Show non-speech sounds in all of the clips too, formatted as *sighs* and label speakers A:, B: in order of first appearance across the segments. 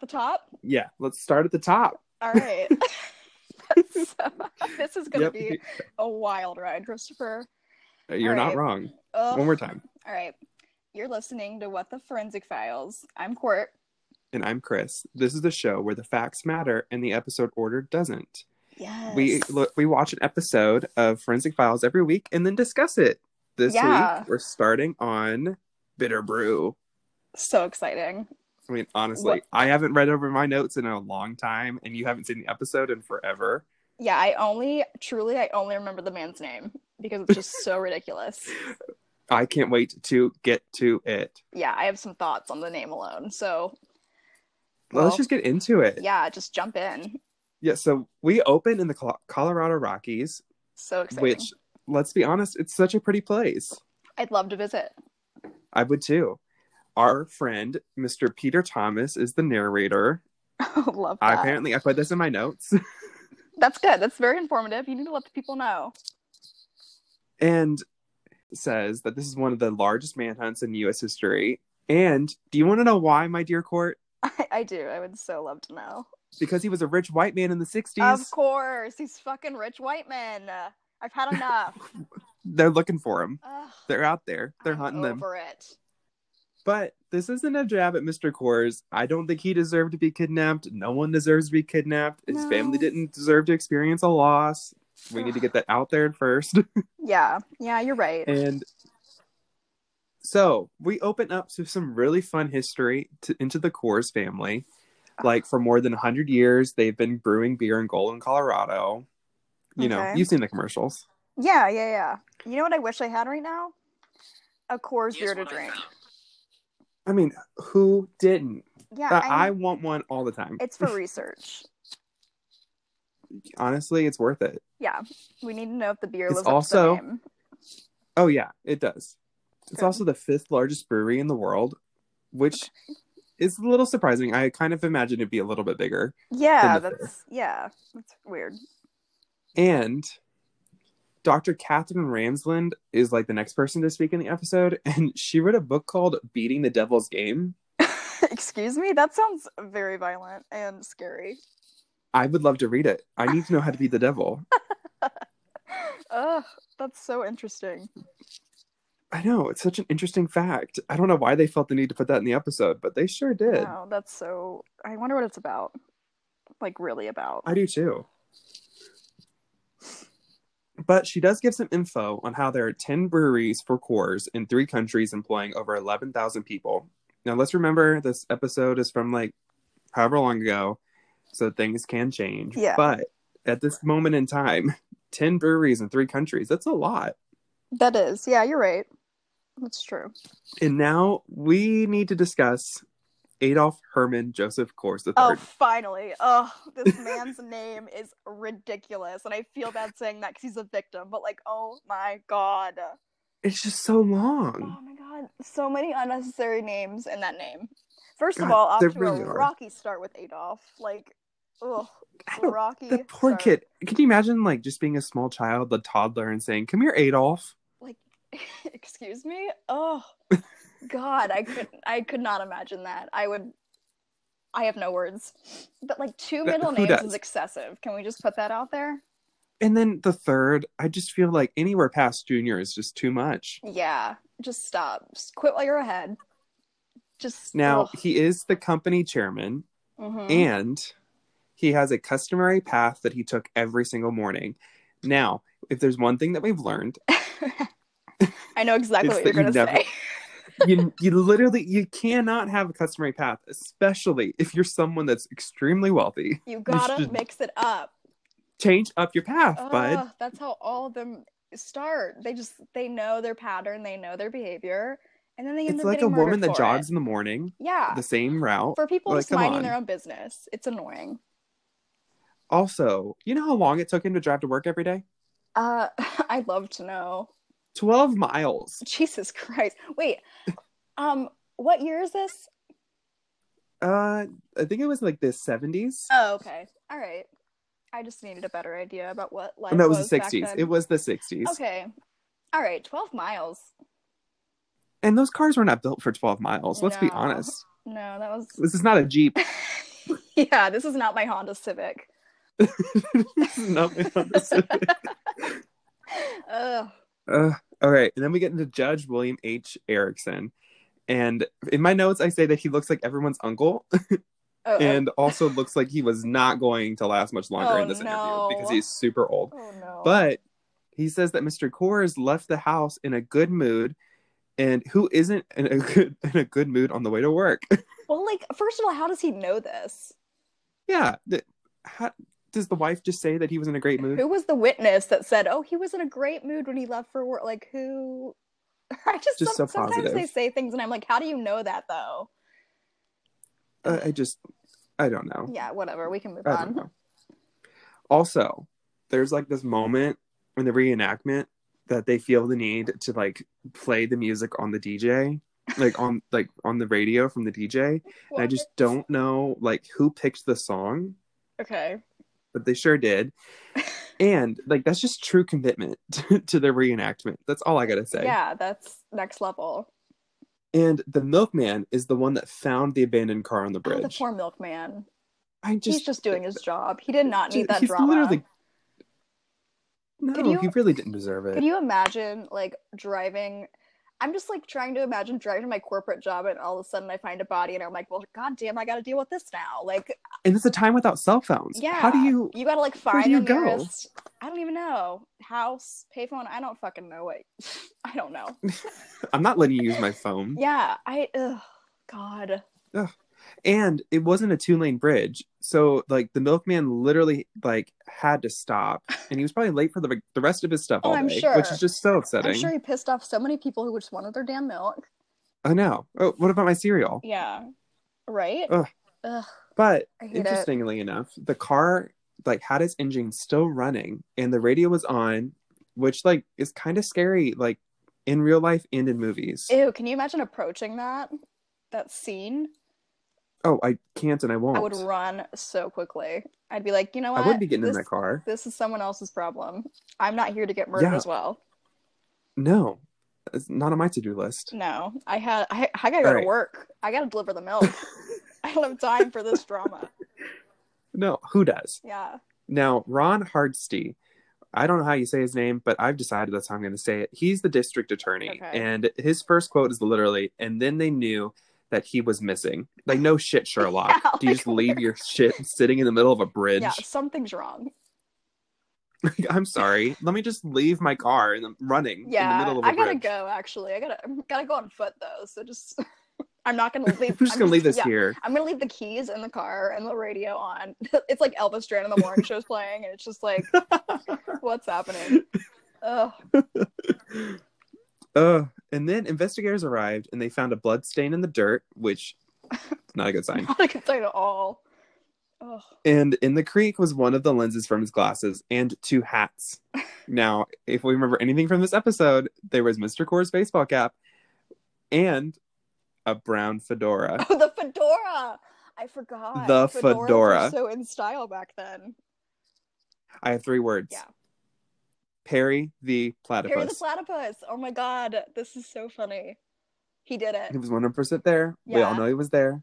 A: the top?
B: Yeah, let's start at the top.
A: All
B: *laughs*
A: right. *laughs* so, *laughs* this is going
B: Yep.
A: to be a wild ride, Christopher.
B: Uh, You're not
A: Alright.
B: wrong.
A: Ugh.
B: One more time.
A: All right. You're listening to What the Forensic Files. I'm Court.
B: And I'm Chris. This is the show where the facts matter and the episode order doesn't.
A: Yes.
B: We look, we watch an episode of Forensic Files every week and then discuss it. This
A: Yeah.
B: week we're starting on Bitter Brew.
A: So exciting.
B: I mean, honestly, I haven't read over my notes in a long time, and you haven't seen the episode in forever.
A: Yeah, I only, truly, I only remember the man's name because it's just
B: *laughs*
A: so ridiculous.
B: I can't wait to get to it.
A: Yeah, I have some thoughts on the name alone. So,
B: Let's
A: Well,
B: just get into it. Yeah.
A: yeah, just jump in.
B: so we open in the Col- Colorado Rockies,
A: So exciting.
B: which, let's be honest, it's such a pretty place.
A: I'd love to visit. *laughs*
B: I would too. Our friend, Mr. Peter Thomas, is the narrator.
A: love
B: I
A: that.
B: apparently I put this in my notes. *laughs*
A: That's good. That's very informative. You need to let the people know. *laughs*
B: and says that this is one of the largest manhunts in US history. And do you want to know why, my dear court?
A: I, I do. I would so love to know.
B: Because he was a rich white man in the 60s.
A: Of course, these fucking rich white men. Uh, I've had
B: *laughs*
A: enough.
B: They're looking for him.
A: Ugh,
B: They're out there. They're
A: I'm
B: hunting them.
A: Over it.
B: But this isn't a jab at Mr. Kors. I don't think he deserved to be kidnapped. No one deserves to be kidnapped. His
A: No.
B: family didn't deserve to experience a loss. We need to get that out
A: *laughs*
B: there first.
A: *sighs* Yeah, yeah, you're right.
B: and so we open up to some really fun history to, into the Kors family. Like for more than 100 years, they've been brewing beer in Golden, Colorado. You know,
A: Okay.
B: you've seen the commercials.
A: Yeah, yeah, yeah. You know what I wish I had right now? A Coors beer to drink.
B: I mean, who didn't?
A: Yeah,
B: Uh,
A: I
B: I
A: mean,
B: want one all the time. *laughs*
A: it's for research.
B: Honestly, it's worth it.
A: Yeah, we need to know if the beer
B: It's
A: lives
B: also-
A: up to the name.
B: Oh yeah, it does. It's
A: Good.
B: also the fifth largest brewery in the world, which is a little surprising. I kind of imagined it'd be a little bit bigger.
A: Yeah,
B: the beer.
A: that's yeah, that's weird. *laughs*
B: And Dr. Catherine Ramsland is like the next person to speak in the episode, *laughs* and she wrote a book called "Beating the Devil's Game."
A: Excuse me, that sounds very violent and scary. *sighs*
B: I would love to read it. I need to know how to beat the devil.
A: Ugh, that's so interesting.
B: I know it's such an interesting fact. I don't know why they felt the need to put that in the episode, but they sure did.
A: Wow, that's so. I wonder what it's about. Like, really about.
B: I do too. But she does give some info on how there are 10 breweries for Coors in three countries employing over 11,000 people. Now, let's remember this episode is from like however long ago, so things can change.
A: Yeah.
B: But at this moment in time, *laughs* 10 breweries in three countries, that's a lot.
A: That is. Yeah, you're right. That's true.
B: And now we need to discuss Adolf Herman Joseph Coors III.
A: Oh, finally. Oh, this man's *laughs* name is ridiculous. And I feel bad saying that because he's a victim, but like, oh my god.
B: It's just so long.
A: Oh my god. So many unnecessary names in that name. First of
B: God,
A: all, off to
B: there
A: a
B: really are.
A: rocky start with Adolf. Like, ugh,
B: I don't
A: rocky.
B: *laughs*
A: *laughs*
B: The poor
A: start.
B: kid. Can you imagine, like, just being a small child, the toddler, and saying, "Come here, Adolf."
A: like *laughs* excuse me oh god i could i could not imagine that i would i have no words but like two
B: But
A: middle
B: who
A: names
B: does?
A: is excessive can we just put that out there
B: And then the third, I just feel like anywhere past junior is just too much.
A: yeah just stop just quit while you're ahead just
B: Now he is the company chairman,
A: hmm
B: and he has a customary path that he took every single morning. Now, if there's one thing that we've learned,
A: i know exactly
B: It's
A: what
B: that
A: you're gonna
B: you never-
A: say *laughs*
B: you you literally you cannot have a customary path, especially if you're someone that's extremely wealthy.
A: you gotta
B: should-
A: mix it up
B: Change up your path, bud.
A: Ugh, that's how all of them start they just they know their pattern they know their behavior and then they end
B: It's
A: up
B: like a
A: getting
B: woman
A: murdered
B: that
A: for it.
B: jogs in the morning,
A: yeah
B: the same route.
A: for people
B: Like,
A: just
B: come
A: minding
B: on.
A: their own business. It's annoying.
B: Also, you know how long it took him to drive to work every day?
A: Uh, *laughs* I'd love to know. *laughs*
B: 12 miles.
A: Jesus Christ! Wait, um, what year is this?
B: Uh, I think it was like the 70s.
A: Oh, okay, all right. I just needed a better idea about what life.
B: Oh, no, it was, the
A: back
B: 60s.
A: then.
B: It was the 60s.
A: okay. All right, twelve miles.
B: And those cars were not built for 12 miles. Let's be
A: No.
B: honest.
A: No, that was
B: This is not a Jeep.
A: *laughs* yeah, this is not my Honda Civic.
B: no,
A: *laughs* Ugh. Oh,
B: Uh, all right, and then we get into Judge William H. Erickson, and in my notes I say that he looks like everyone's
A: *laughs*
B: uncle,
A: Oh,
B: and also looks like he was not going to last much longer
A: Oh,
B: in this
A: no.
B: interview because he's super old.
A: oh, oh no.
B: But he says that Mr. Kors left the house in a good mood, and who isn't in a good *laughs* in a good mood on the way to work? *laughs*
A: well, like, first of all, how does he know this?
B: yeah, th- how, does the wife just say that he was in a great mood?
A: Who was the witness that said, "Oh, he was in a great mood when he left for work"? Like, who? *laughs* I just,
B: Just
A: some-
B: so
A: sometimes
B: positive.
A: they say things, and I'm like, how do you know that though?
B: Uh, I just, I don't know.
A: Yeah, whatever. We can move
B: I don't
A: on. *laughs*
B: know. Also, there's like this moment in the reenactment that they feel the need to like play the music on the DJ, like on like on the radio from the DJ. And I just don't know like who picked the song,
A: Okay.
B: but they sure did. And like that's just true commitment *laughs* to, to the reenactment. That's all I gotta say.
A: Yeah, that's next level.
B: And the milkman is the one that found the abandoned car on the
A: Oh,
B: bridge.
A: the poor milkman.
B: I just
A: He's just
B: *laughs*
A: doing his job. He did not need
B: ju-
A: that
B: he's
A: drama.
B: literally- No,
A: Could you-
B: he really didn't deserve it.
A: Could you imagine like driving? I'm just like trying to imagine driving to my corporate job, and all of a sudden I find a body, and I'm like, well, goddamn, I got to deal with this now. Like,
B: and it's a time without cell phones.
A: yeah,
B: How do you?
A: You got to like
B: do
A: find
B: you
A: the
B: go?
A: nearest. I don't even know house, payphone. I don't fucking know what. *laughs* I don't know.
B: Mm. I'm not letting you use my phone.
A: Yeah, I. Ugh, God.
B: And it wasn't a two lane bridge, so like the milkman literally like had to stop, and he was probably late for the the rest of his stuff
A: Oh,
B: all
A: I'm
B: day,
A: sure.
B: which is just so upsetting.
A: I'm sure he pissed off so many people who just wanted their damn milk.
B: I know. Oh, what about my cereal?
A: Yeah. Right.
B: Ugh.
A: Ugh,
B: But
A: I hate it.
B: interestingly enough, the car like had its engine still running, and the radio was on, which like is kind of scary, like in real life and in movies.
A: Ew, can you imagine approaching that? That scene?
B: oh, I can't and I won't.
A: I would run so quickly. I'd be like, you know
B: I
A: what?
B: would be getting
A: this,
B: in that car.
A: This is someone else's problem. I'm not here to get murdered
B: Yeah.
A: as well.
B: No, it's not on my to do list.
A: No, I had I, I gotta go
B: All right.
A: to work. I gotta deliver the
B: *laughs*
A: milk. I don't have time for this drama.
B: No, who does?
A: Yeah.
B: Now, Ron Hardstee, I don't know how you say his name, but I've decided that's how I'm going to say it. He's the district attorney,
A: Okay.
B: and his first quote is literally, and then they knew that he was missing. Like, no shit, Sherlock.
A: *laughs* Yeah,
B: Do you
A: like,
B: just leave your
A: *laughs*
B: shit sitting in the middle of a bridge?
A: Yeah, something's wrong.
B: Like, *laughs* I'm sorry. Let me just leave my car and I'm running in the
A: Yeah.
B: middle of a
A: I gotta
B: bridge.
A: go actually. I gotta I'm gotta go on foot though, so just *laughs* I'm not
B: *laughs*
A: gonna leave
B: I'm just going to leave this
A: yeah,
B: here.
A: I'm gonna leave the keys in the car and the radio on. *laughs* It's like Elvis Duran and the Warren Show's playing, and it's just
B: *laughs*
A: like, what's happening? Ugh. *laughs*
B: Uh, and then investigators arrived and they found a blood stain in the dirt,
A: *laughs*
B: which not a good sign.
A: not a good sign at all. Ugh. *laughs*
B: And in the creek was one of the lenses from his glasses and two
A: *laughs*
B: hats. Now, if we remember anything from this episode, there was Mr. Core's baseball cap and a brown fedora.
A: Oh, the fedora! I forgot.
B: The
A: Fedoras were
B: fedora.
A: so in style back then.
B: I have three words.
A: Yeah.
B: Perry the platypus.
A: Harry the platypus. Oh my god, this is so funny. He did
B: he *laughs*
A: it.
B: was 100% there. We all
A: Yeah.
B: know he was there.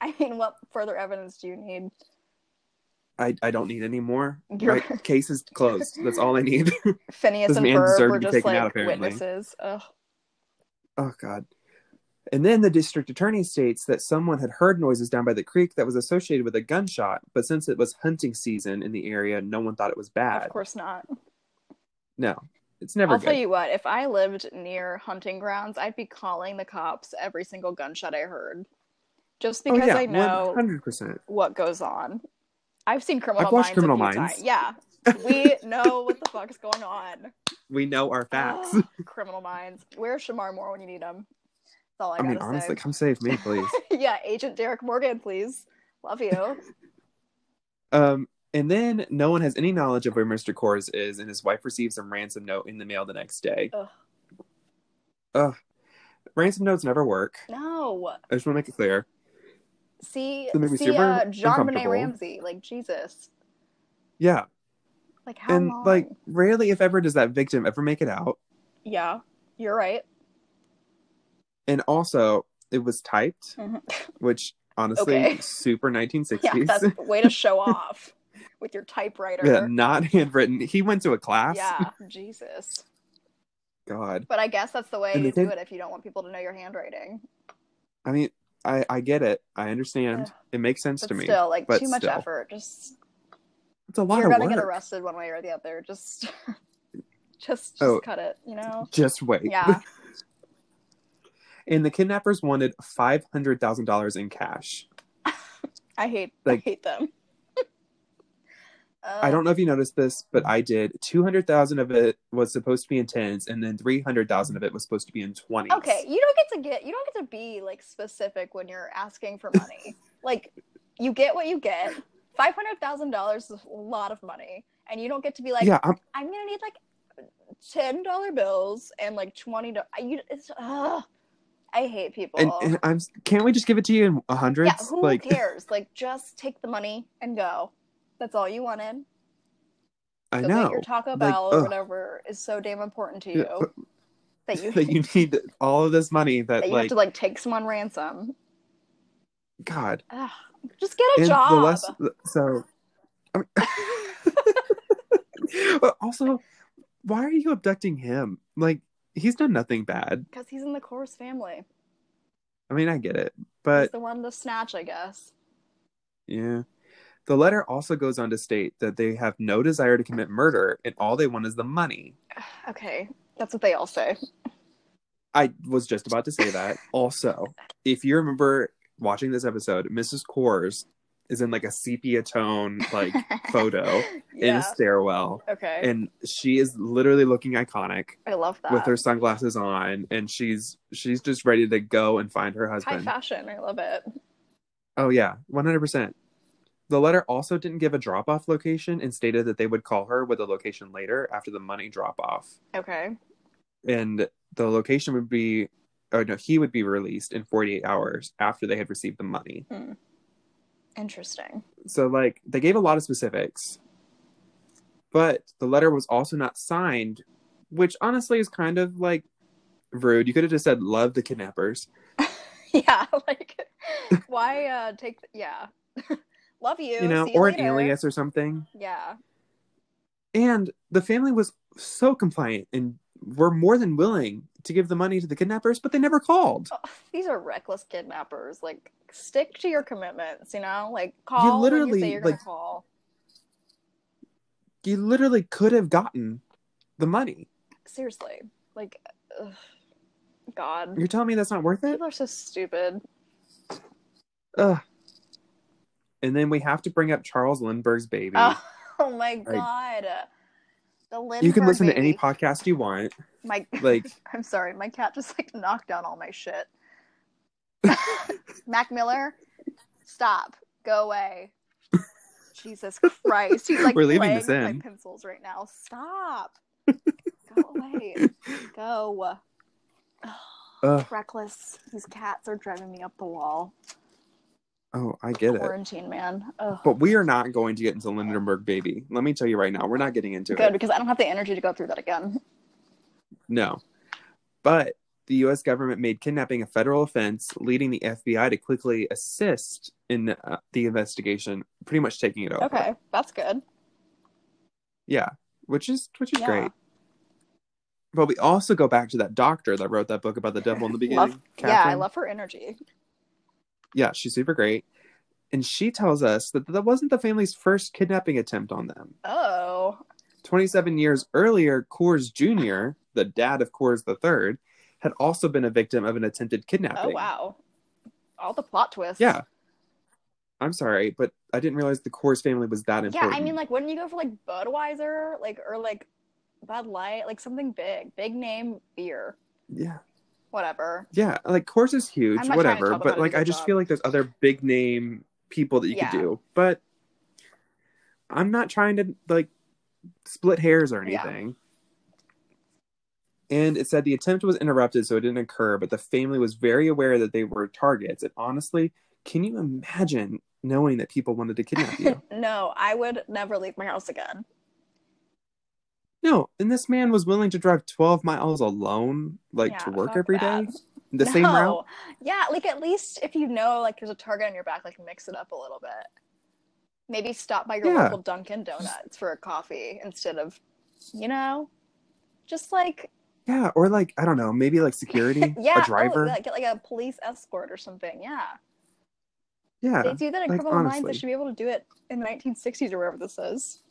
A: I mean, what further evidence do you need?
B: I, I don't need any more.
A: You're- *laughs*
B: My case is closed. That's all I need.
A: Phineas
B: This
A: and
B: man
A: Ferb
B: deserved
A: were
B: to be
A: just
B: taken
A: like
B: out, apparently.
A: witnesses. Ugh.
B: Oh God. And then the district attorney states that someone had heard noises down by the creek that was associated with a gunshot, but since it was hunting season in the area, no one thought it was bad.
A: Of course not.
B: No, it's never
A: I'll
B: good.
A: tell you what, if I lived near hunting grounds, I'd be calling the cops every single gunshot I heard. Just because I know
B: Oh, hundred percent.
A: what goes on. I've seen Criminal
B: I've watched
A: Minds.
B: Criminal
A: a few
B: Minds.
A: ti-
B: *laughs*
A: Yeah. We know what the fuck's going on.
B: We know
A: *gasps*
B: our facts.
A: Ugh, Criminal Minds. Where's Shamar Moore when you need him? That's all I,
B: I mean,
A: gotta
B: honestly,
A: say.
B: come save
A: *laughs*
B: me, please.
A: yeah, Agent Derek Morgan, please. Love
B: *laughs*
A: you.
B: um, and then no one has any knowledge of where Mr. Kors is, and his wife receives a ransom note in the mail the next day.
A: Ugh.
B: Ugh. Ransom notes never work.
A: No.
B: I just want to make it clear.
A: See,
B: That made me
A: see
B: super
A: uh, John Benet
B: uncomfortable.
A: Ramsey. Like, Jesus.
B: Yeah.
A: Like, how
B: and
A: long?
B: like rarely if ever does that victim ever make it out
A: yeah,
B: *laughs*
A: you're right.
B: and also it was typed
A: Mhm.
B: which Honestly,
A: Okay.
B: super 1960s.
A: *laughs* Yeah,
B: *laughs*
A: that's a way to show off with your typewriter.
B: Yeah, not handwritten. He went to a class.
A: Yeah, Jesus.
B: *laughs* God.
A: But I guess that's the way
B: And
A: to
B: they
A: do
B: did-
A: it if you don't want people to know your handwriting.
B: I mean, I I get it. I understand. It makes sense
A: But
B: to me.
A: still, like
B: but
A: too much
B: still.
A: effort. Just
B: It's a lot
A: you're
B: of
A: gonna
B: work.
A: get arrested one way or the other. Just, *laughs* just, just
B: Oh.
A: cut it. You know?
B: Just wait.
A: Yeah.
B: *laughs* And the kidnappers wanted five hundred thousand dollars in cash.
A: I hate.
B: Like-
A: I hate them. *laughs* uh,
B: I don't know if you noticed this, but I did. Two hundred thousand of it was supposed to be in tens, and then three hundred thousand of it was supposed to be in twenties.
A: Okay, you don't get to get. You don't get to be like specific when you're asking for
B: *laughs*
A: money. like, you get what you get. Five hundred thousand dollars is a lot of money, and you don't get to be like,
B: yeah, I'm,
A: I'm gonna need like ten dollar bills and like twenty. do- I- You, it's ugh, I hate people.
B: and, and I'm. Can't we just give it to you in a hundred?
A: yeah, who
B: like,
A: cares? Like, just take the money and go. That's all you wanted. So
B: I
A: that
B: know
A: your Taco
B: Like,
A: Bell or
B: ugh.
A: whatever is so damn important to
B: Yeah,
A: you
B: *laughs*
A: *laughs* that you
B: that you need all of this money. That,
A: that you
B: like,
A: have to like take someone ransom.
B: God.
A: Ugh, just get a
B: And
A: job.
B: the less
A: *laughs*
B: so. but also, why are you abducting him? Like, he's done nothing bad.
A: Because he's in the Coors family.
B: I mean, I get it,
A: he's
B: but
A: the one to snatch, I guess.
B: yeah. The letter also goes on to state that they have no desire to commit murder and all they want is the money.
A: Okay, that's what they all say.
B: I was just about to
A: *laughs*
B: say that. also, if you remember watching this episode, Mrs. Coors is in like a
A: *laughs*
B: sepia tone like photo in a
A: yeah.
B: stairwell
A: Okay.
B: and she is literally looking iconic.
A: I love that.
B: with her sunglasses on and she's she's just ready to go and find her
A: high
B: husband.
A: fashion. I love it.
B: Oh yeah, 100%. The letter also didn't give a drop-off location and stated that they would call her with a location later after the money drop-off.
A: Okay.
B: And the location would be or no, he would be released in 48 hours after they had received the money.
A: Interesting. *laughs*
B: So like they gave a lot of specifics. But the letter was also not signed, which honestly is kind of like rude. You could have just said love the kidnappers.
A: Yeah. Like, why uh take? Yeah. *laughs* love you.
B: you know,
A: see
B: or
A: later.
B: an alias or something.
A: Yeah.
B: And the family was so compliant and were more than willing to give the money to the kidnappers, but they never called.
A: Oh, these are reckless kidnappers. Like, stick to your commitments. You know, like call. when you
B: literally,
A: say you're gonna
B: like-
A: call.
B: You literally could have gotten the money.
A: Seriously. Like, ugh. God.
B: You're telling me that's not worth it?
A: People are so stupid.
B: Ugh. And then we have to bring up Charles Lindbergh's baby.
A: Oh, *laughs* oh my god. The Lindbergh
B: you can listen to
A: baby.
B: any podcast you want.
A: My *laughs*
B: Like,
A: I'm sorry, my cat just like knocked down all my
B: *laughs*
A: shit. Mac Miller, stop. Go away.
B: *laughs*
A: Jesus Christ. He's like
B: We're leaving
A: playing
B: this
A: with
B: in.
A: my pencils right now.
B: *laughs*
A: Stop. Go away. Go.
B: ugh.
A: Reckless. These cats are driving me up the wall.
B: oh, I get it.
A: Quarantine man. Ugh.
B: But we are not going to get into Lindenberg baby. Let me tell you right now, we're not getting into it.
A: Good because I don't have the energy to go through that again.
B: No. But the US government made kidnapping a federal offense, leading the FBI to quickly assist in uh, the investigation, pretty much taking it over.
A: Okay, that's good.
B: Yeah, which is which is
A: Yeah.
B: great. But we also go back to that doctor that wrote that book about the devil in the beginning.
A: Love- Yeah, I
B: Catherine.
A: love her energy.
B: Yeah, she's super great. And she tells us that that wasn't the family's first kidnapping attempt on them.
A: Oh,
B: 27 years earlier, Coors Jr., the dad of Coors III, had also been a victim of an attempted
A: oh
B: kidnapping.
A: wow! All the plot twists.
B: Yeah. I'm sorry, but I didn't realize the Coors family was that
A: yeah.
B: important.
A: I mean, like, wouldn't you go for like Budweiser, like, or like Bud Light, like something big, big name beer,
B: yeah,
A: whatever.
B: yeah, like Coors is
A: I'm
B: huge,
A: not trying to
B: whatever.
A: tell them how
B: But
A: to
B: like,
A: do their
B: I just
A: job.
B: feel like there's other big name people that you
A: Yeah.
B: could do. But I'm not trying to like split hairs or
A: Yeah.
B: anything. And it said the attempt was interrupted, so it didn't occur. But the family was very aware that they were targets. And honestly, can you imagine knowing that people wanted to kidnap you?
A: *laughs* No, I would never leave my house again.
B: no, and this man was willing to drive 12 miles alone, like to
A: Yeah,
B: work
A: fuck
B: every day.
A: that.
B: the same
A: No.
B: route.
A: Yeah, like at least if you know like there's a target on your back, like mix it up a little bit. Maybe stop by your
B: Yeah.
A: local Dunkin' Donuts for a coffee instead of, you know, just like
B: Yeah, or like I don't know, maybe like security,
A: *laughs* yeah,
B: a driver.
A: Oh, yeah, get like a police escort or something. Yeah,
B: yeah,
A: they do that in
B: like,
A: Criminal Minds. They
B: honestly.
A: should be able to do it in 1960s or wherever this is.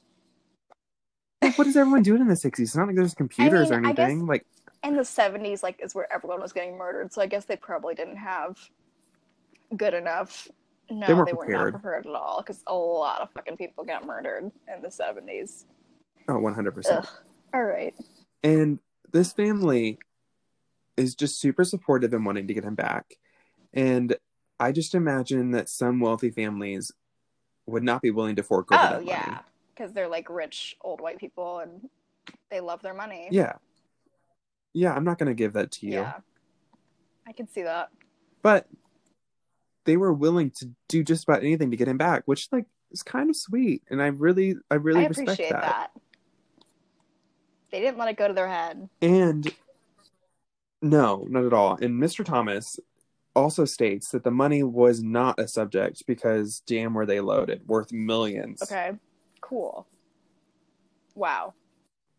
B: Like, what does everyone do in the '60s? It's not like there's computers
A: mean,
B: or
A: I guess-
B: anything. Like,
A: And the 70s, like, is where everyone was getting murdered. So I guess they probably didn't have good enough. No, they,
B: They weren't
A: were
B: prepared.
A: not prepared at all because a lot of fucking people got murdered in the 70s.
B: oh, 100. percent
A: Ugh. All right.
B: And this family is just super supportive and wanting to get him back. And I just imagine that some wealthy families would not be willing to fork over
A: Oh,
B: that money.
A: yeah. Because they're like rich old white people and they love their money.
B: Yeah. Yeah, I'm not going to give that to you.
A: Yeah. I can see that.
B: But they were willing to do just about anything to get him back, which like is kind of sweet. And I really I really
A: I
B: respect
A: appreciate that. They didn't let it go to their head.
B: And no, not at all. And Mr. Thomas also states that the money was not a subject because damn were they loaded, worth millions.
A: Okay. Cool. Wow.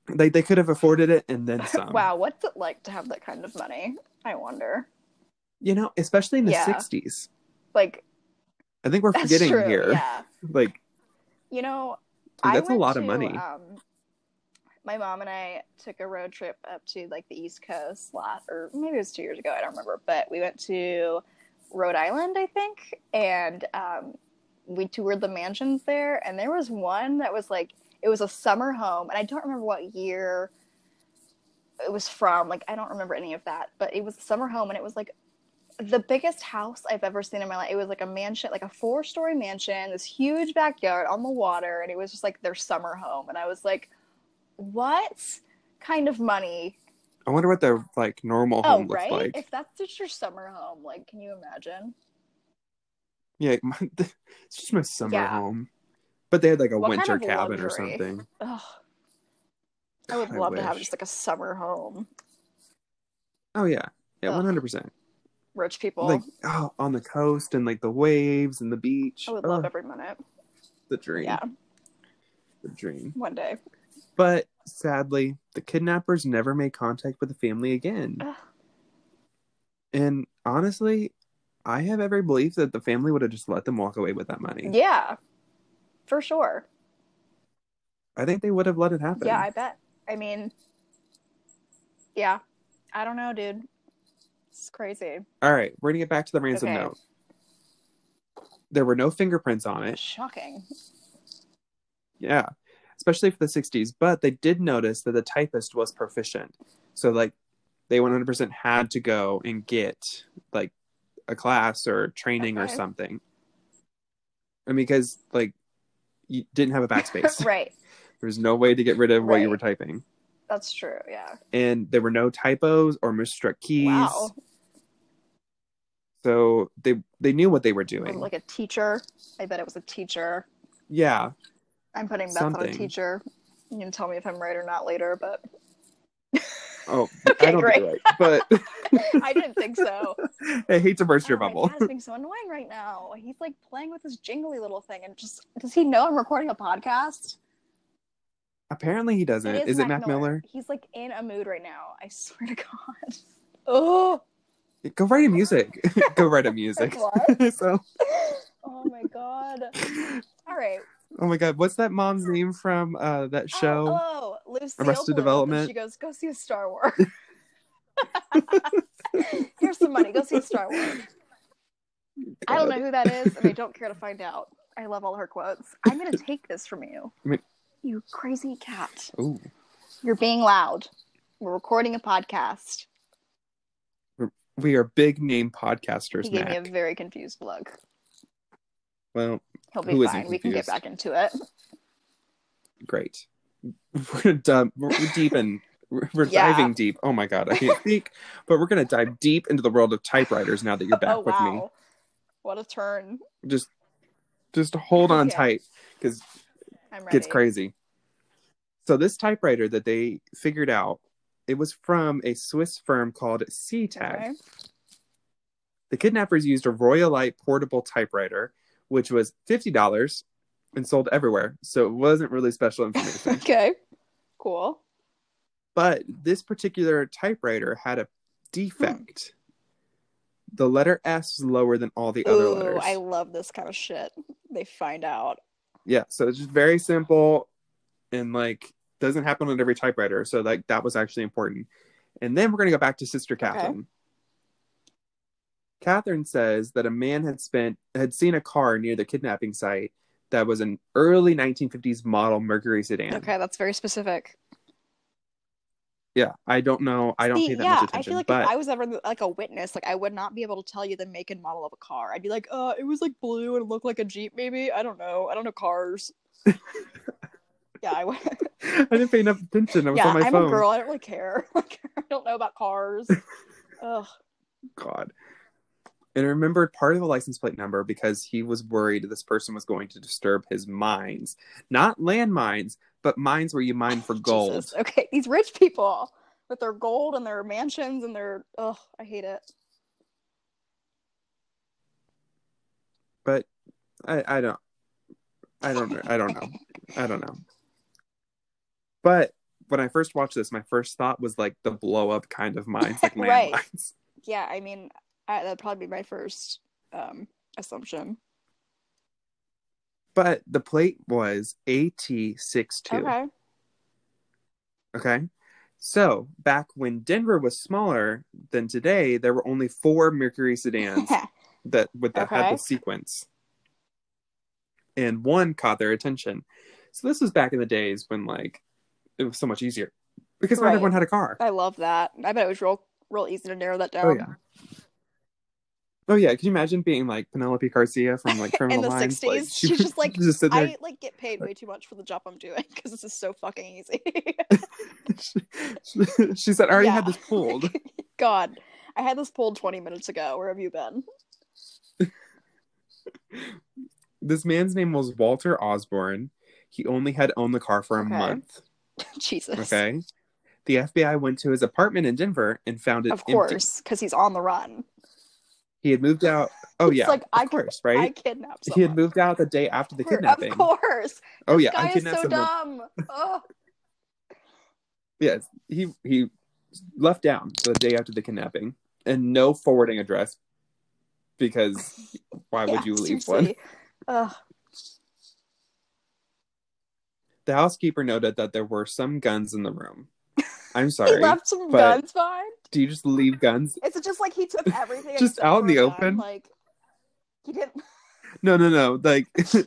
B: They they could have afforded it
A: *laughs*
B: and then some.
A: wow. What's it like to have that kind of money? I wonder.
B: You know, especially in the
A: Yeah.
B: sixties.
A: Like,
B: I think we're
A: that's
B: forgetting
A: true.
B: here.
A: Yeah.
B: Like
A: You know, I
B: that's a
A: went
B: lot of
A: to,
B: money.
A: Um, my mom and I took a road trip up to like the East Coast last, or maybe it was two years ago. I don't remember, but we went to Rhode Island, I think, and um, we toured the mansions there. And there was one that was like it was a summer home, and I don't remember what year it was from. Like I don't remember any of that, but it was a summer home, and it was like the biggest house I've ever seen in my life. It was like a mansion, like a four story mansion, this huge backyard on the water, and it was just like their summer home. And I was like, what kind of money?
B: I wonder what their like normal
A: Oh,
B: home looks
A: right?
B: like.
A: If that's just your summer home, like, can you imagine?
B: Yeah, *laughs* my, it's just my summer
A: Yeah.
B: home. But they had like a
A: What kind
B: winter
A: of
B: cabin or
A: luxury?
B: something.
A: Ugh, I would
B: God, I
A: love to have
B: wish.
A: just like a summer home.
B: Oh yeah, yeah,
A: Ugh.
B: one hundred percent.
A: Rich people.
B: Like oh, on the coast and like the waves and the beach.
A: I would
B: Oh,
A: love every minute.
B: the dream.
A: Yeah,
B: The dream.
A: one day.
B: But sadly, the kidnappers never made contact with the family again.
A: Ugh.
B: And honestly, I have every belief that the family would have just let them walk away with that money.
A: Yeah, for sure.
B: I think they would have let it happen.
A: Yeah, I bet. I mean, yeah. I don't know, dude. It's crazy.
B: All right, we're gonna get back to the ransom
A: Okay.
B: note. There were no fingerprints on it. *laughs*
A: Shocking.
B: Yeah, especially for the 60s. But they did notice that the typist was proficient. So, like, they 100% had to go and get, like, a class or training or
A: Okay.
B: something. And because, like, you didn't have
A: *laughs*
B: a backspace,
A: right.
B: there was no way to get rid of what you
A: Right.
B: were typing.
A: That's true. Yeah.
B: And there were no typos or misstruck keys.
A: Wow.
B: So they they knew what they were
A: Was it
B: doing.
A: like a teacher. I bet it was a teacher.
B: yeah,
A: I'm putting bets on
B: Something.
A: a teacher. You can tell me if I'm right or not later, but *laughs*
B: Oh,
A: Okay,
B: I don't think you're right.
A: *laughs* I didn't think
B: *laughs*
A: so.
B: But *laughs* I hate to burst your
A: oh My
B: bubble.
A: God, it's being so annoying right now. He's like playing with this jingly little thing, and just does he know I'm recording a podcast?
B: Apparently, he doesn't. is it Mac Miller?
A: He's like in a mood right now. I swear to God. *laughs* Oh.
B: Go write
A: *laughs*
B: a music. *laughs* Go write a music.
A: What?
B: *laughs* so,
A: Oh my God. All right.
B: oh my God, what's that mom's name from uh, that show?
A: Oh, oh Lucille
B: Arrested
A: Bloom,
B: Development.
A: and She goes, go see a Star Wars. *laughs* Here's some money. Go see a Star Wars. I don't know who that is, and I don't care to find out. I love all her quotes. I'm gonna take this from you.
B: I mean-
A: You crazy cat.
B: Ooh,
A: You're being loud. We're recording a podcast.
B: we are big name podcasters,
A: He gave me
B: Mac.
A: a very confused look.
B: Well,
A: He'll be
B: Who isn't
A: fine. We can get
B: confused?
A: back into it.
B: great. We're gonna dive we're we're deep in. We're we're
A: Yeah.
B: diving deep. Oh my god, I can't speak. But we're gonna dive deep into the world of typewriters now that you're back
A: oh
B: with me.
A: wow. What a turn.
B: Just, just hold on
A: Yeah.
B: tight because
A: I'm ready.
B: gets crazy. So this typewriter that they figured out, it was from a Swiss firm called SeaTag.
A: Okay.
B: The kidnappers used a Royalite portable typewriter, which was $50 and sold everywhere. So it wasn't really
A: *laughs*
B: special information.
A: Okay. Cool.
B: but this particular typewriter had a
A: Hmm.
B: defect. The letter S was lower than all the other
A: Ooh,
B: letters.
A: I love this kind of shit. They find out.
B: Yeah, so it's just very simple and like doesn't happen on every typewriter. So like that was actually important. And then we're gonna go back to Sister Catherine. Catherine says that a man had spent had seen a car near the kidnapping site that was an early 1950s model Mercury sedan.
A: Okay, that's very specific.
B: Yeah, I don't know. I don't
A: See,
B: pay that
A: yeah,
B: much
A: I
B: attention.
A: feel like
B: but
A: if I was ever like a witness, like I would not be able to tell you the make and model of a car. I'd be like, uh, it was like blue and it looked like a Jeep, maybe. I don't know. I don't know
B: *laughs*
A: cars. yeah, I would.
B: I didn't pay enough attention. I was
A: yeah,
B: on my
A: I'm
B: phone.
A: a girl. I don't really care. *laughs* Like, I don't know about
B: *laughs*
A: cars. Ugh.
B: God. And I remembered part of the license plate number because he was worried this person was going to disturb his mines. Not landmines, but mines where you
A: *laughs*
B: mine for gold.
A: Jesus. Okay, these rich people with their gold and their mansions and their ugh, I hate it.
B: But I, I don't I don't know. I don't know. I don't know. But when I first watched this, my first thought was like the blow up kind of mines,
A: *laughs*
B: like
A: Right.
B: landmines.
A: Yeah, I mean, I, that'd probably be my first um assumption.
B: But the plate was AT62.
A: Okay.
B: Okay. So back when Denver was smaller than today, there were only
A: *laughs*
B: four Mercury sedans that with that had
A: Okay.
B: the sequence. And one caught their attention. So this was back in the days when like it was so much easier. Because not
A: Right.
B: everyone had a car.
A: I love that. I bet it was real real easy to narrow that down.
B: Oh yeah. Oh yeah. Could you imagine being like Penelope Garcia
A: *laughs*
B: from like Criminal
A: the
B: Minds?
A: 60s? She's just like,
B: just sitting there
A: I like get paid way too much for the job I'm doing *laughs* because this is so fucking easy. *laughs*
B: she, *laughs* she said, I already had
A: Yeah.
B: this
A: *laughs*
B: pulled.
A: God, I had this pulled 20 minutes ago. Where have you been? *laughs*
B: this man's name was Walter Osborne. He only had owned the car for a
A: Okay.
B: month.
A: *laughs* Jesus.
B: Okay. The FBI went to his apartment in Denver and found it
A: Of
B: empty.
A: course, because he's on the run.
B: He had moved out. Oh
A: It's
B: yeah,
A: like,
B: of
A: I-
B: course,
A: I
B: right?
A: kidnapped someone.
B: he had moved out the day after the
A: Of course-
B: kidnapping.
A: Of course.
B: Oh yeah,
A: Guy
B: I
A: is
B: kidnapped
A: so
B: someone.
A: dumb. Ugh.
B: Yeah, it's- he he left down the day after the kidnapping and no forwarding address because *laughs* why
A: Yeah,
B: would you leave one?
A: seriously. Ugh.
B: The housekeeper noted that there were some guns in the room.
A: *laughs*
B: I'm
A: He
B: sorry.
A: left some
B: but-
A: guns behind.
B: Do you just leave guns?
A: Is it just like he
B: *laughs*
A: took everything
B: Just
A: except
B: out in
A: for
B: the
A: a gun?
B: open?
A: Like he didn't.
B: No, no, no. Like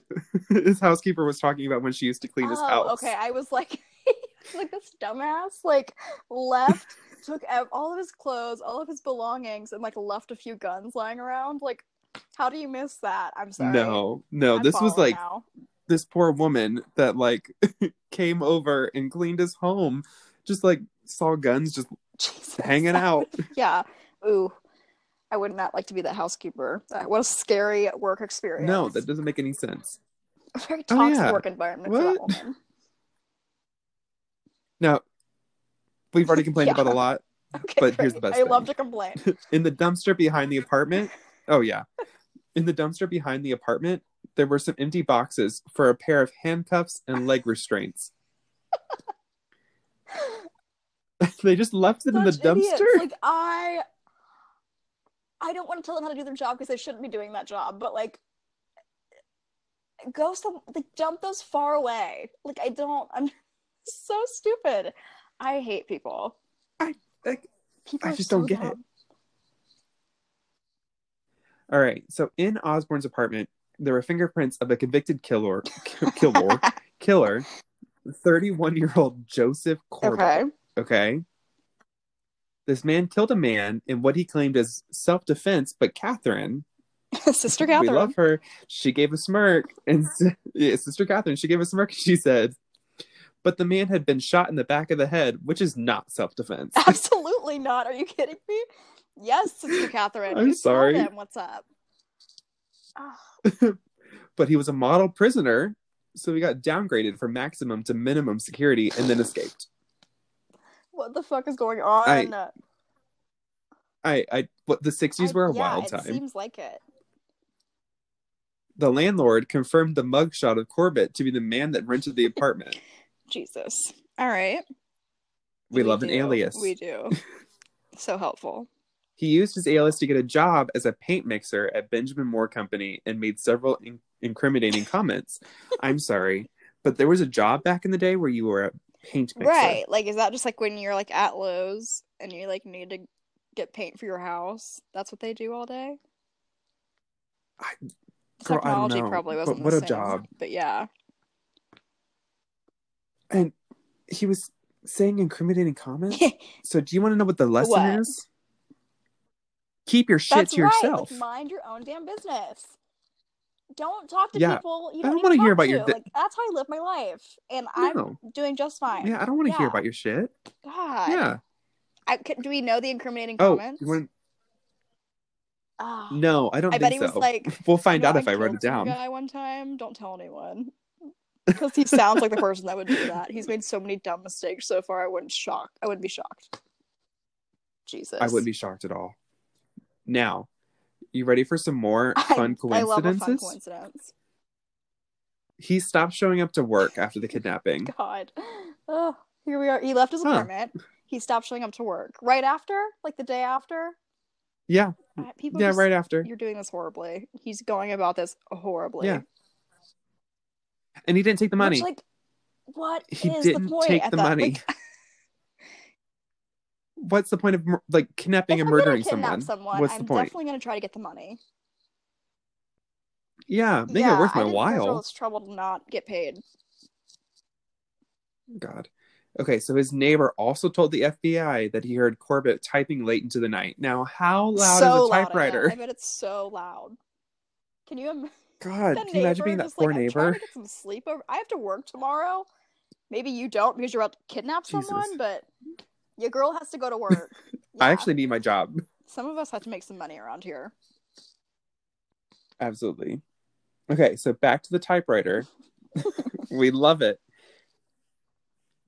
B: *laughs* his housekeeper was talking about when she used to clean his
A: oh,
B: house.
A: okay. I was like, *laughs* like this dumbass like left, *laughs* took ev- all of his clothes, all of his belongings, and like left a few guns lying around. Like, how do you miss that? I'm sorry.
B: No, no.
A: I'm
B: this was
A: falling
B: like
A: now. *laughs*
B: this poor woman that like *laughs* came over and cleaned his home, just like saw guns just
A: Jesus.
B: hanging out.
A: *laughs* yeah. Ooh. I would not like to be the housekeeper. Uh, What a scary work experience.
B: No, that doesn't make any sense.
A: *laughs* a very
B: Oh,
A: toxic
B: yeah.
A: work environment for that
B: What?
A: woman. *laughs*
B: No, we've already complained
A: Yeah.
B: about a lot
A: Okay,
B: But here's the
A: great.
B: best
A: I love
B: thing.
A: to complain.
B: in the dumpster behind the apartment. Oh yeah, in the dumpster behind the apartment, there were some empty boxes for a pair of handcuffs and leg restraints. *laughs* they just left it in the
A: Such idiots.
B: dumpster.
A: Like I, I don't want to tell them how to do their job because they shouldn't be doing that job. But like, go some like dump those far away. Like I don't. I'm *laughs* so stupid. I hate people.
B: I- like,
A: people
B: I
A: are
B: just
A: so
B: don't get it.
A: dumb.
B: All right. So in Osborne's apartment, there were fingerprints of a convicted killer, *laughs*
A: *laughs*
B: killer, killer, thirty-one-year-old Joseph Corbett.
A: Okay.
B: Okay. This man killed a man in what he claimed as self-defense, but Catherine,
A: *laughs* Sister Catherine.
B: we love her. She gave a smirk, and *laughs* s- yeah, Sister Catherine, she gave a smirk. She said, "But the man had been shot in the back of the head, which is not
A: Ah.
B: self-defense."
A: Absolutely not. Are you kidding me? Yes,
B: *laughs*
A: Sister Catherine.
B: I'm
A: You tell
B: sorry.
A: them What's up? Ah,
B: but he was a model prisoner, so he got downgraded from maximum to minimum security, and then escaped.
A: what the fuck is going on?
B: I- I, I, but the 60s
A: I-
B: were a
A: yeah,
B: wild
A: it
B: time.
A: Seems like it.
B: the landlord confirmed the mugshot of Corbett to be the man that rented the apartment.
A: Jesus. All right.
B: We, love an
A: do.
B: alias.
A: We
B: *laughs*
A: do. so helpful.
B: He used his alias to get a job as a paint mixer at Benjamin Moore Company and made several in-
A: *laughs*
B: incriminating comments. I'm sorry, but there was a job back in the day where you were a paint mixer.
A: Right. Like, is that just like when you're like at Lowe's and you like need to get paint for your house? That's what they do all day.
B: I-
A: The
B: girl, I don't
A: Technology
B: know,
A: probably
B: but
A: wasn't.
B: what
A: the
B: a
A: same,
B: job.
A: But
B: *laughs*
A: yeah,
B: He was saying incriminating comments.
A: *laughs*
B: so, do you want to know what the lesson
A: What?
B: is? Keep your shit
A: that's
B: to
A: right.
B: yourself.
A: Like, mind your own damn business. Don't talk to
B: Yeah.
A: people. You
B: I
A: don't,
B: don't wanna
A: want to
B: hear about your di-
A: Like, that's how I live my life, and
B: No.
A: I'm doing just fine.
B: yeah, I don't want to hear
A: Yeah.
B: about your shit.
A: God.
B: yeah.
A: I, c- do we know the incriminating
B: Oh,
A: comments?
B: you want?
A: Ah.
B: No, I don't.
A: I
B: think
A: bet he was
B: so.
A: like,
B: *laughs* We'll find
A: know
B: out if I wrote
A: killed
B: it
A: some
B: down.
A: Guy one time, don't tell anyone *laughs* because he sounds like the person that would do that. He's made so many dumb mistakes so far. I wouldn't shock. I wouldn't be shocked. Jesus,
B: I wouldn't be shocked at all. Now, you ready for some more
A: *laughs* *laughs* I-
B: fun
A: I love a
B: coincidences?
A: fun coincidence.
B: He stopped showing up to work after
A: *laughs*
B: the kidnapping.
A: God, oh, here we are. He left his
B: Huh.
A: apartment. He stopped showing up to work right after, like the day after.
B: Yeah,
A: Uh, People,
B: Mm. yeah,
A: just-
B: right after.
A: You're doing this horribly. He's going about this horribly.
B: Yeah, And he didn't take the money.
A: Which, like, what is
B: he
A: the
B: didn't
A: point?
B: take
A: at
B: the
A: that-
B: money.
A: like,
B: *laughs*
A: *laughs*
B: What's the point of mur- like kidnapping
A: if
B: and
A: I'm gonna
B: murdering
A: kidnap
B: someone?
A: someone,
B: What's
A: I'm
B: the point?
A: definitely going to try to get the money.
B: Yeah, make it worth
A: I didn't
B: my
A: Go through all
B: while.
A: this trouble to not get paid.
B: God. Okay, so his neighbor also told the FBI that he heard Corbett typing late into the night. Now, how
A: so
B: loud is
A: loud,
B: a
A: I know.
B: typewriter?
A: I bet it's so loud. Can you, im-
B: God,
A: the
B: can you imagine being
A: neighbor
B: that
A: just
B: poor
A: like, I'm trying to
B: neighbor?
A: get some sleep over. I have to work tomorrow. Maybe you don't because you're about to kidnap
B: Jesus.
A: someone, but your girl has to go to work.
B: *laughs* I
A: Yeah.
B: actually need my job. *laughs*
A: some of us have to make some money around here.
B: Absolutely. Okay, so back to the typewriter. *laughs* we love it.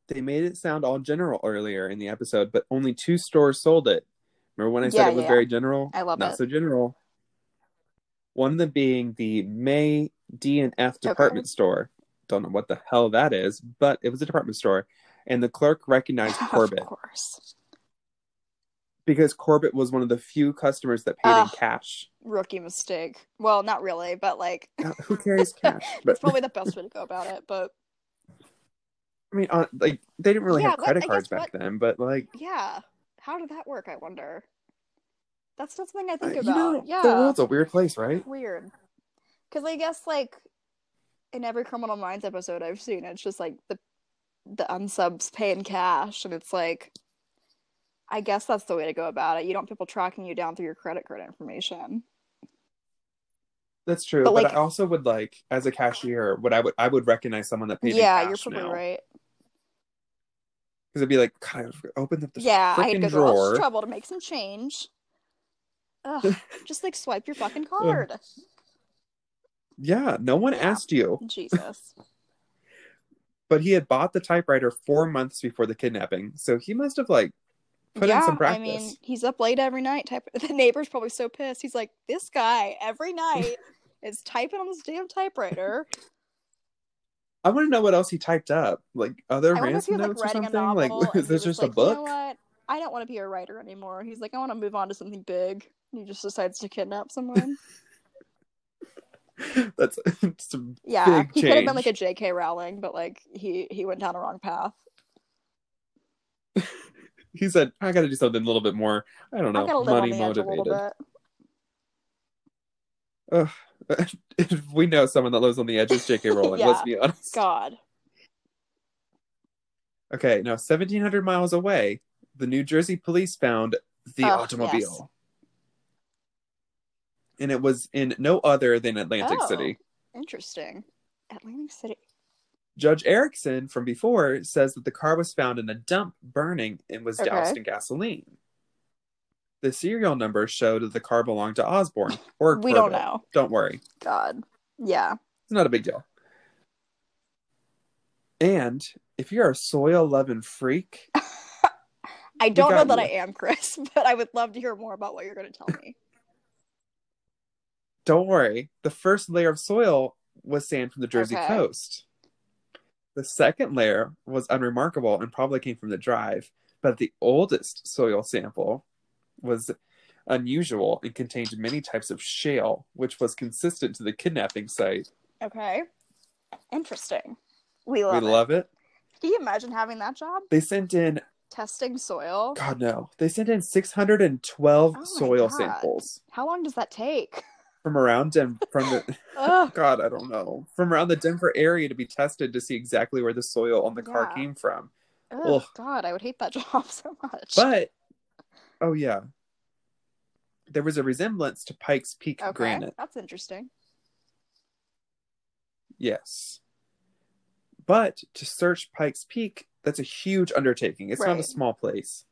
B: They made it sound all general earlier in the episode, but only two stores sold it. Remember when I said
A: Yeah,
B: it was
A: yeah,
B: very general?
A: I love
B: Not
A: it.
B: so general. One of them being the May D and F department store. Don't know what the hell that is, but it was a department store. And the clerk
A: *laughs*
B: recognized Corbett
A: of course.
B: because Corbett was one of the few customers that paid in
A: Ugh.
B: cash.
A: Rookie mistake. Well, not really, but like
B: Now, who carries cash?
A: *laughs*
B: But
A: that's probably the best way to go about it. But
B: I mean, uh, like they didn't really
A: Yeah,
B: have
A: what- I
B: credit
A: guess
B: cards back then, but like
A: yeah, how did that work? I wonder. That's not something I think
B: uh,
A: about. yeah,
B: the world's a weird place, right?
A: weird because i guess like in every criminal minds episode i've seen it's just like the the unsubs pay in cash and it's like i guess that's the way to go about it you don't want people tracking you down through your credit card information
B: That's true.
A: But,
B: But,
A: like-
B: I also would like, as a cashier, what I would I would recognize someone that paid
A: yeah
B: in
A: you're
B: cash
A: probably right
B: because it'd be like, God, I opened up the
A: yeah i had to
B: freaking
A: go through all
B: drawer.
A: this trouble to make some change
B: *laughs*
A: Ugh, just like swipe your fucking card
B: Yeah, no one
A: Yeah.
B: asked you,
A: jesus
B: but he had bought the typewriter four months before the kidnapping, so he must have like put
A: yeah
B: in some
A: i
B: practice.
A: mean he's up late every night type *laughs* the neighbor's probably so pissed he's like this guy every night
B: *laughs*
A: is typing on this damn typewriter
B: I want to know what else he typed up, like other
A: I wonder if he
B: ransom
A: was like
B: notes or
A: writing a
B: something.
A: novel.
B: Like, *laughs*
A: and
B: is
A: he
B: this
A: was
B: just a
A: like,
B: book?
A: You know what? I don't want to be a writer anymore. He's like, I want to move on to something big. And he just decides to kidnap
B: *laughs*
A: someone.
B: *laughs* That's *laughs* just a
A: Yeah,
B: Big
A: he could have been
B: change.
A: like a J.K. Rowling, but like he he went down a wrong path.
B: he said, I got to do something a little bit more. I don't know,
A: I gotta live
B: money
A: on the edge a
B: motivated.
A: little bit.
B: If *laughs* we know someone that lives on the edge is
A: *laughs*
B: J.K. Rowling. Let's
A: Yeah.
B: be honest.
A: God,
B: Okay, now 1,700 miles away, the New Jersey police found the
A: Ugh,
B: automobile,
A: Oh, yes.
B: and it was in no other than Atlantic
A: Oh.
B: City.
A: interesting. Atlantic City.
B: Judge Erickson from before says that the car was found in a dump burning and was
A: Okay.
B: doused in gasoline. The serial number showed that the car belonged
A: *laughs*
B: to Osborne or
A: We don't
B: Corbett.
A: know.
B: Don't worry.
A: God. Yeah.
B: It's not a big deal. And if you're a soil loving freak,
A: I don't know
B: got
A: that
B: you.
A: I am, Chris, *laughs* but I would love to hear more about what you're going to tell me.
B: Don't worry. The first layer of soil was sand from the Jersey
A: Okay.
B: coast. The second layer was unremarkable and probably came from the drive, but the oldest soil sample was unusual and contained many types of shale, which was consistent to the kidnapping site.
A: Okay. Interesting. We love,
B: we
A: it.
B: love it.
A: Can you imagine having that job?
B: They sent in,
A: Testing soil.
B: God no, they sent in 612
A: Oh my
B: soil
A: God.
B: samples
A: How long does that
B: *laughs*
A: take?
B: from around Denver, from the, *laughs*
A: Ugh.
B: God, I don't know. From around the Denver area to be tested to see exactly where the soil on the car
A: Yeah.
B: came from.
A: Oh
B: Ugh.
A: God, I would hate that *laughs* job so much.
B: But, oh yeah. There was a resemblance to Pikes Peak
A: okay,
B: granite.
A: that's interesting.
B: Yes. But to search Pikes Peak, that's a huge undertaking. It's not a
A: Right.
B: small place.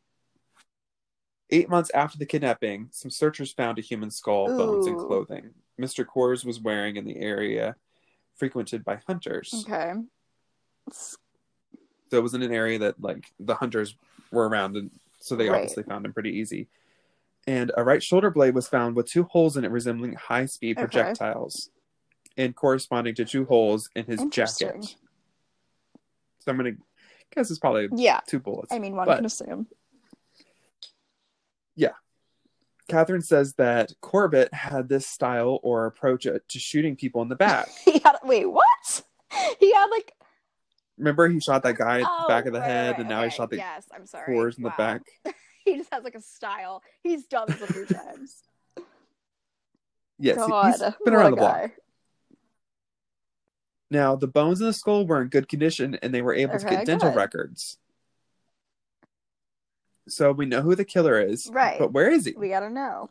B: Eight months after the kidnapping, some searchers found a human skull, bones, and
A: Ooh.
B: clothing Mr. Kors was wearing in the area frequented by hunters.
A: Okay. It's-
B: so it was in an area that like the hunters were around and so they
A: Right.
B: obviously found him pretty easy and a right shoulder blade was found with two holes in it resembling high speed
A: Okay.
B: projectiles and corresponding to two holes in his
A: Interesting.
B: jacket so i'm gonna guess it's probably
A: Yeah.
B: two bullets
A: I mean, one
B: But-
A: can assume. *laughs*
B: catherine says that corbett had this style or approach to shooting people in the back
A: He had wait, what? *laughs* He had like
B: remember he shot that guy in
A: oh,
B: the back of the
A: right, right,
B: head
A: right,
B: and now he
A: okay,
B: shot the
A: yes. I'm sorry.
B: cores in the
A: Wow.
B: back
A: *laughs* He just has like a style. He's done this a few times.
B: *laughs* yes he-
A: God,
B: he's
A: what
B: been
A: a
B: around the block
A: guy.
B: Now, the bones in the skull were in good condition and they were able to
A: Okay,
B: get dental
A: good.
B: records. So we know who the killer is.
A: Right.
B: But where is he?
A: We gotta know.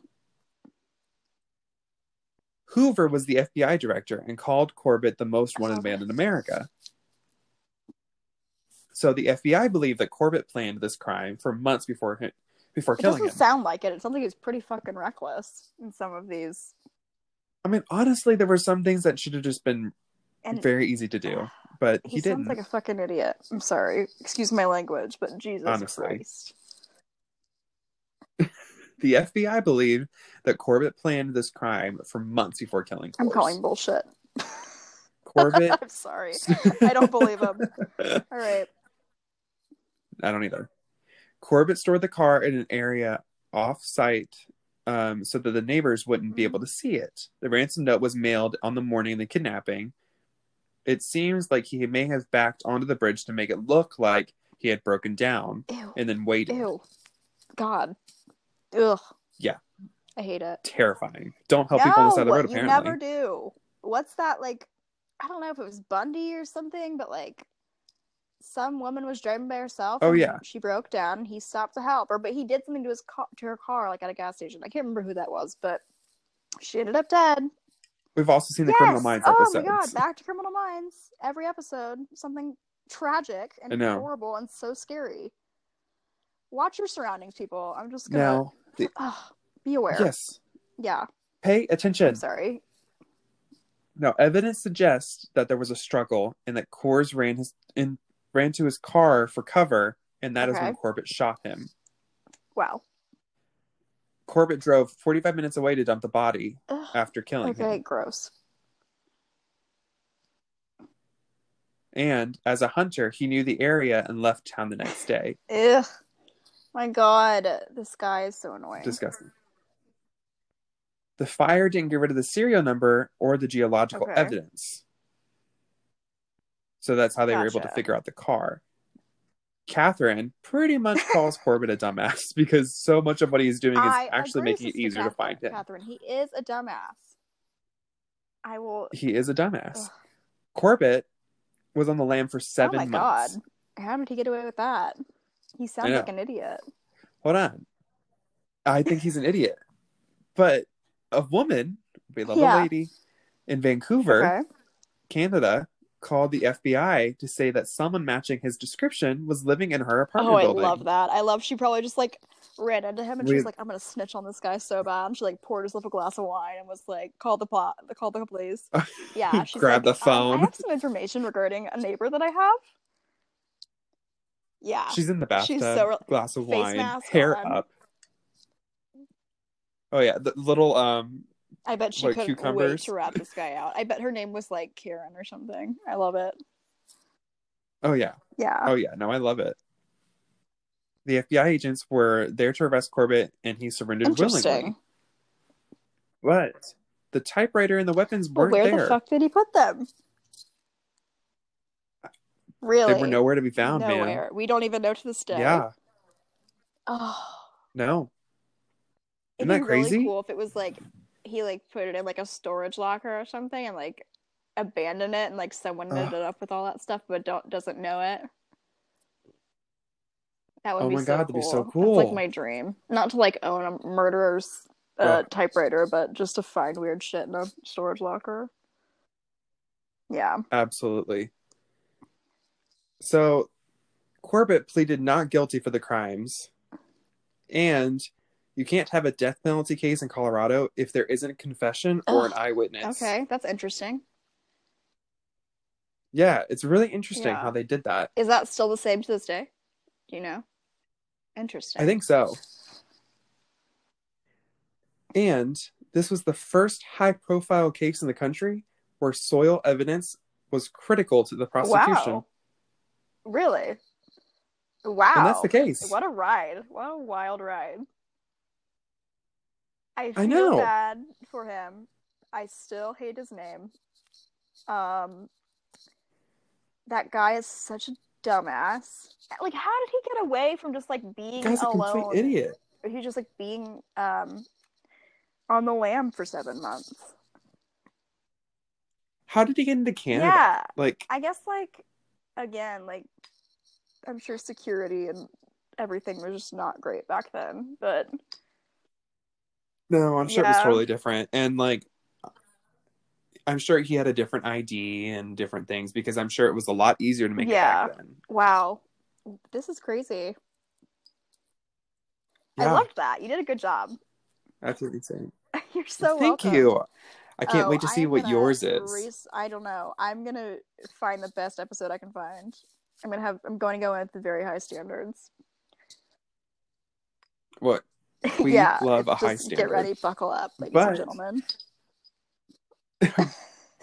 B: Hoover was the FBI director and called Corbett the most wanted
A: Oh.
B: man in America. So the FBI believed that Corbett planned this crime for months before him, before
A: It
B: killing
A: doesn't
B: him.
A: sound like it. It sounds like he's pretty fucking reckless in some of these.
B: I mean, honestly, there were some things that should have just been
A: And
B: very easy to do, but he,
A: he, sounds
B: didn't.
A: like a fucking idiot. I'm sorry. Excuse my language, but Jesus
B: Honestly.
A: Christ.
B: The FBI believed that Corbett planned this crime for months before killing.
A: I'm
B: Coors.
A: calling bullshit. *laughs*
B: Corbett.
A: I'm
B: *laughs*
A: sorry. I don't believe him. All right.
B: I don't either. Corbett stored the car in an area off site um, so that the neighbors wouldn't be
A: Mhm.
B: able to see it. The ransom note was mailed on the morning of the kidnapping. It seems like he may have backed onto the bridge to make it look like he had broken down
A: Ew.
B: *laughs* and then waited.
A: Ew. God. Ugh.
B: Yeah.
A: I hate it.
B: Terrifying. Don't help people on the side of the road,
A: you
B: apparently.
A: never do. What's that like? I don't know if it was Bundy or something, but like some woman was driving by herself.
B: Oh,
A: and
B: yeah.
A: she broke down. and He stopped to help her, but he did something to his car, to her car, like at a gas station. I can't remember who that was, but she ended up dead.
B: We've also seen the
A: yes!
B: Criminal Minds
A: oh
B: episodes.
A: my god! Back to Criminal Minds. Every episode, something tragic
B: I
A: and
B: know.
A: horrible and so scary. Watch your surroundings, people. I'm just gonna
B: now,
A: Ugh, be aware.
B: yes,
A: Yeah.
B: pay attention.
A: I'm sorry.
B: Now, evidence suggests that there was a struggle and that Coors ran his in, ran to his car for cover, and that is
A: Okay.
B: when Corbett shot him.
A: Wow.
B: Corbett drove 45 minutes away to dump the body
A: Ugh.
B: after killing
A: Okay,
B: him.
A: gross.
B: And as a hunter, he knew the area and left town the next day.
A: Ugh. My god, this guy is so annoying.
B: Disgusting. The fire didn't get rid of the serial number or the geological
A: Okay.
B: evidence. So that's how they were able to
A: Gotcha.
B: figure out the car. Catherine pretty much calls Corbett a dumbass *laughs* because so much of what he's doing is
A: I
B: actually
A: agree,
B: making it
A: Sister
B: easier to
A: Catherine-
B: find him.
A: Catherine, he is a dumbass. I will.
B: He is a dumbass.
A: Ugh.
B: Corbett was on the lam for seven
A: oh my
B: months.
A: god, how did he get away with that? He sounds
B: know.
A: like an idiot.
B: Hold on. I think he's an idiot. But a woman, we love
A: Yeah.
B: a lady, in Vancouver,
A: Okay.
B: Canada, called the FBI to say that someone matching his description was living in her apartment
A: Oh, I
B: building.
A: love that. I love. She probably just like ran into him and she
B: We-
A: was like, "I'm gonna snitch on this guy so bad." And she like poured herself a glass of wine and was like, "Call the pot. Call the
B: *laughs*
A: police." Yeah. She's
B: Grab
A: like, "Um,
B: the phone.
A: I have some information regarding a neighbor that I have. Yeah.
B: She's in the bathtub,
A: She's so re-
B: glass of
A: face
B: wine,
A: mask
B: hair
A: on.
B: up. Oh yeah, the little um
A: I bet she
B: Like
A: couldn't wait
B: cucumbers?
A: to rat this guy out. I bet her name was like Karen or something. I love it.
B: oh yeah.
A: Yeah.
B: Oh yeah, no, I love it. The FBI agents were there to arrest Corbett, and he surrendered willingly.
A: Interesting.
B: What? The typewriter and the weapons
A: But
B: weren't
A: where
B: there.
A: the fuck did he put them? Really?
B: They were nowhere to be found, man.
A: Nowhere. We don't even know to this day.
B: Yeah,
A: Oh.
B: no.
A: It'd
B: Isn't
A: be
B: that crazy?
A: really cool if it was like he like put it in like a storage locker or something and like abandoned it and like someone
B: Ugh.
A: ended up with all that stuff but don't doesn't know it. That would
B: Oh
A: be
B: my
A: so
B: God,
A: cool.
B: that'd be so
A: That's
B: cool.
A: like my dream. Not to like own a murderer's uh,
B: Ugh.
A: typewriter, but just to find weird shit in a storage locker. Yeah.
B: Absolutely. So Corbett pleaded not guilty for the crimes. And you can't have a death penalty case in Colorado if there isn't a confession or an
A: Ugh.
B: eyewitness.
A: Okay, that's interesting.
B: Yeah, it's really interesting
A: Yeah.
B: how they did that.
A: Is that still the same to this day? Do you know? Interesting.
B: I think so. And this was the first high profile case in the country where soil evidence was critical to the prosecution.
A: Wow. Really? Wow.
B: And that's the case.
A: What a ride. What a wild ride. I feel
B: know.
A: bad for him. I still hate his name. Um that guy is such a dumbass. Like how did he get away from just like being
B: Guy's a
A: alone?
B: complete idiot.
A: He just like being um on the lamb for 7 months.
B: How did he get into Canada?
A: Yeah.
B: Like,
A: I guess like again, like I'm sure security and everything was just not great back then, but
B: no, I'm sure it was
A: Yeah.
B: totally different. And like, I'm sure he had a different ID and different things because I'm sure it was a lot easier to make it back then.
A: wow. This is crazy. I
B: Yeah,
A: loved that. You did a good job. *laughs*
B: that's what he's saying.
A: You're so
B: Thank
A: welcome.
B: you. I can't
A: Oh,
B: wait to see
A: I'm
B: what
A: gonna
B: yours is.
A: res- I don't know. I'm gonna find the best episode I can find. I'm gonna have. I'm going to go in at the very high standards. *laughs*
B: What? We
A: yeah,
B: love a
A: just
B: high standard.
A: Get ready, buckle up, ladies
B: But-
A: and gentlemen.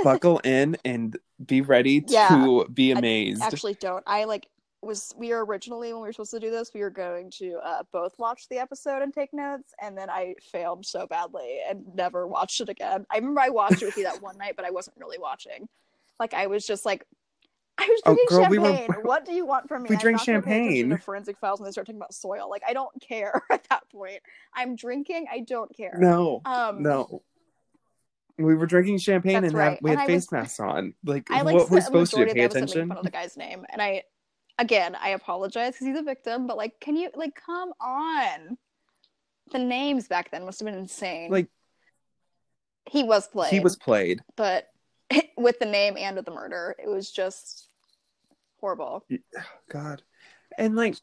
B: buckle in and be ready to
A: Yeah.
B: be amazed.
A: Actually, don't. I like was we were originally when we were supposed to do this, we were going to uh, both watch the episode and take notes, and then I failed so badly and never watched it again. I remember I watched it with you that
B: *laughs*
A: one night, but I wasn't really watching. Like I was just like, I was
B: Oh,
A: drinking
B: girl, we were-
A: champagne. what do you want from me?
B: we
A: I'm
B: drink
A: not gonna pay attention
B: champagne.
A: To forensic files, and they start talking about soil. Like I don't care *laughs* at that point. I'm drinking. I don't care.
B: no,
A: Um,
B: no. We were drinking champagne
A: That's
B: and
A: right.
B: we had
A: And I
B: face
A: was-
B: masks on. Like,
A: I like
B: what we're
A: spent a
B: supposed to do?
A: majority
B: Pay
A: of the episode making
B: attention?
A: fun of the guy's name, and I, again, I apologize because he's a victim. But like, can you like come on? The names back then must have been insane.
B: Like-
A: he was played,
B: He was played.
A: but *laughs* with the name and with the murder, it was just horrible.
B: God. And like,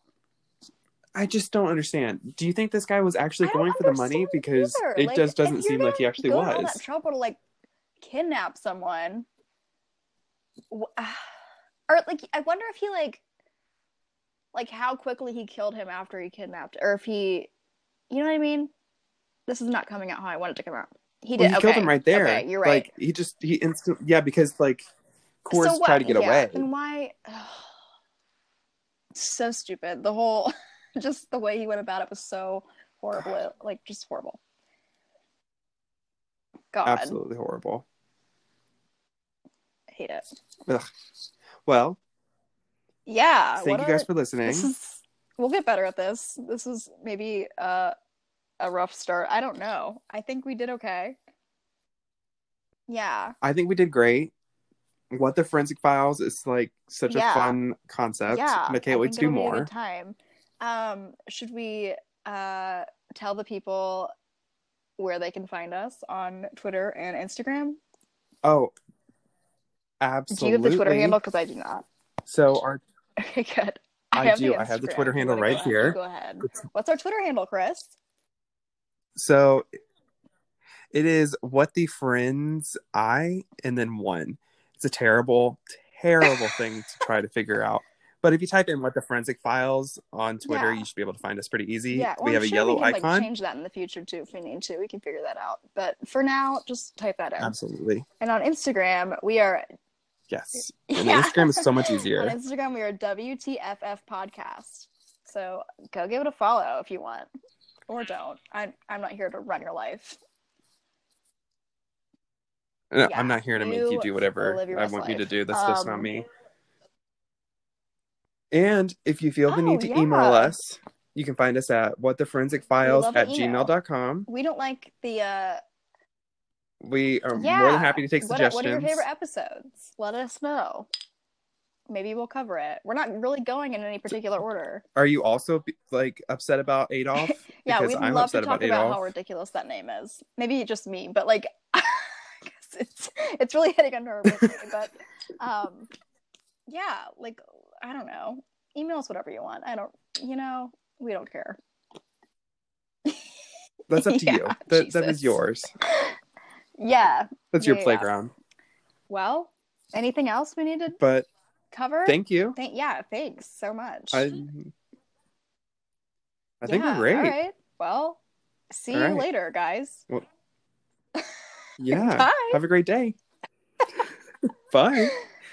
B: I just don't understand. Do you think this guy was actually
A: I don't
B: going for the money?
A: understand
B: Because
A: either.
B: it
A: Like,
B: just doesn't
A: if you're
B: seem like he
A: gonna
B: actually
A: go to All that
B: was.
A: trouble to like kidnap someone, wh- *sighs* or like I wonder if he like, like how quickly he killed him after he kidnapped, or if he, you know what I mean? This is not coming out how I want it to come out. He
B: Well,
A: did.
B: he
A: okay.
B: killed him right there.
A: Okay, you're right.
B: Like he just he instant yeah because like, Coors
A: so what?
B: tried to get
A: yeah,
B: away.
A: Then why? so stupid. The whole, *laughs* just the way he went about it was so horrible. Like just horrible. God,
B: Absolutely horrible.
A: hate it.
B: Well,
A: Yeah.
B: thank
A: Uh, what
B: you
A: a-
B: guys for listening.
A: This is, we'll get better at this. This was maybe uh, a rough start. I don't know. I think we did okay. Yeah.
B: I think we did great. What the forensic files is like such
A: Yeah.
B: a fun concept.
A: yeah.
B: and I
A: I
B: can't wait
A: think
B: to do
A: it'll be a
B: more.
A: good time. Um, should we uh, tell the people where they can find us on Twitter and Instagram?
B: Oh,
A: Do
B: absolutely.
A: you have the Twitter handle? Because I do not.
B: So our
A: *laughs* Okay, good.
B: I
A: have
B: do.
A: the
B: I have the
A: Instagram.
B: Twitter
A: You
B: handle
A: wanna
B: right
A: go ahead?
B: here.
A: Go ahead. What's our Twitter handle, Chris?
B: so it is what the friends
A: *laughs*
B: I and then one. It's a terrible, terrible thing to try to figure out. But if you type in what the forensic files on Twitter,
A: Yeah.
B: you should be able to find us pretty easy.
A: Yeah, well,
B: we
A: I'm
B: have a
A: sure
B: yellow
A: we can, Like,
B: icon.
A: change that in the future too if we need to. We can figure that out. But for now, just type that in.
B: Absolutely.
A: And on Instagram, we are *laughs*
B: Yes. And
A: Yeah.
B: Instagram is
A: *laughs*
B: so much
A: on
B: easier.
A: Instagram. We are WTFF Podcast. So go give it a follow if you want, or don't. I, I'm not here to run your life.
B: No,
A: yeah,
B: I'm not here to make you
A: you
B: do whatever
A: live your
B: I
A: best
B: want you to
A: life.
B: do. That's just not
A: Um,
B: me. And if you feel the
A: Oh,
B: need to
A: yeah.
B: email us, you can find us at whattheforensicfiles
A: love an
B: at
A: email.
B: gmail.com.
A: We don't like the. uh
B: We are
A: Yeah.
B: more than happy to take
A: what,
B: suggestions.
A: What are your favorite episodes? Let us know. Maybe we'll cover it. We're not really going in any particular order.
B: Are you also like upset
A: *laughs*
B: about Adolf?
A: Yeah,
B: Because
A: we'd
B: I'm
A: love
B: upset
A: to talk
B: about
A: about,
B: Adolf.
A: how ridiculous that name is. Maybe just me, but like, *laughs* 'cause it's it's really hitting a nerve with me.
B: *laughs*
A: But um, yeah, like I don't know. Email us whatever you want. I don't, you know, we don't care.
B: That's up to
A: Yeah,
B: you. That, that is
A: Jesus.
B: yours.
A: Yeah.
B: That's your
A: Yeah, yeah.
B: playground.
A: Well, anything else we need to
B: But
A: cover?
B: thank you.
A: Thank- yeah. Thanks so much.
B: I, I think
A: Yeah,
B: we're great.
A: All right. Well, see
B: All
A: you
B: right.
A: later, guys. *laughs*
B: Yeah.
A: Bye. *laughs*
B: Have a great day. Bye.